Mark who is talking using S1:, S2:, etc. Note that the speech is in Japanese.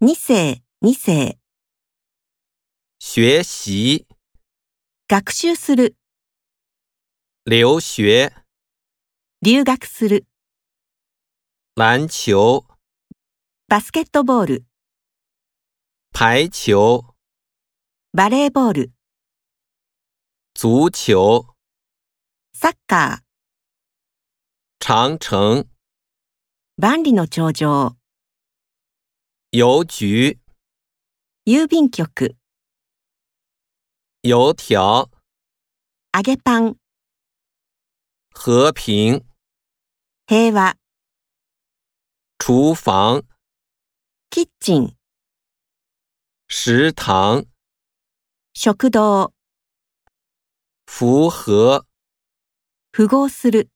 S1: 二世、二世、
S2: 学习、
S1: 学習する、
S2: 留学、
S1: 留学する、
S2: 篮球、
S1: バスケットボール、
S2: 排球、
S1: バレーボール、
S2: 足球、
S1: サッカ
S2: 长城、
S1: ー、万里の長城、
S2: 邮局、
S1: 郵便局、
S2: 油条、
S1: 揚げパン、
S2: 和平、
S1: 平和、
S2: 厨房、
S1: キッチン、食
S2: 食堂、
S1: 堂、
S2: 符合。
S1: 符号する。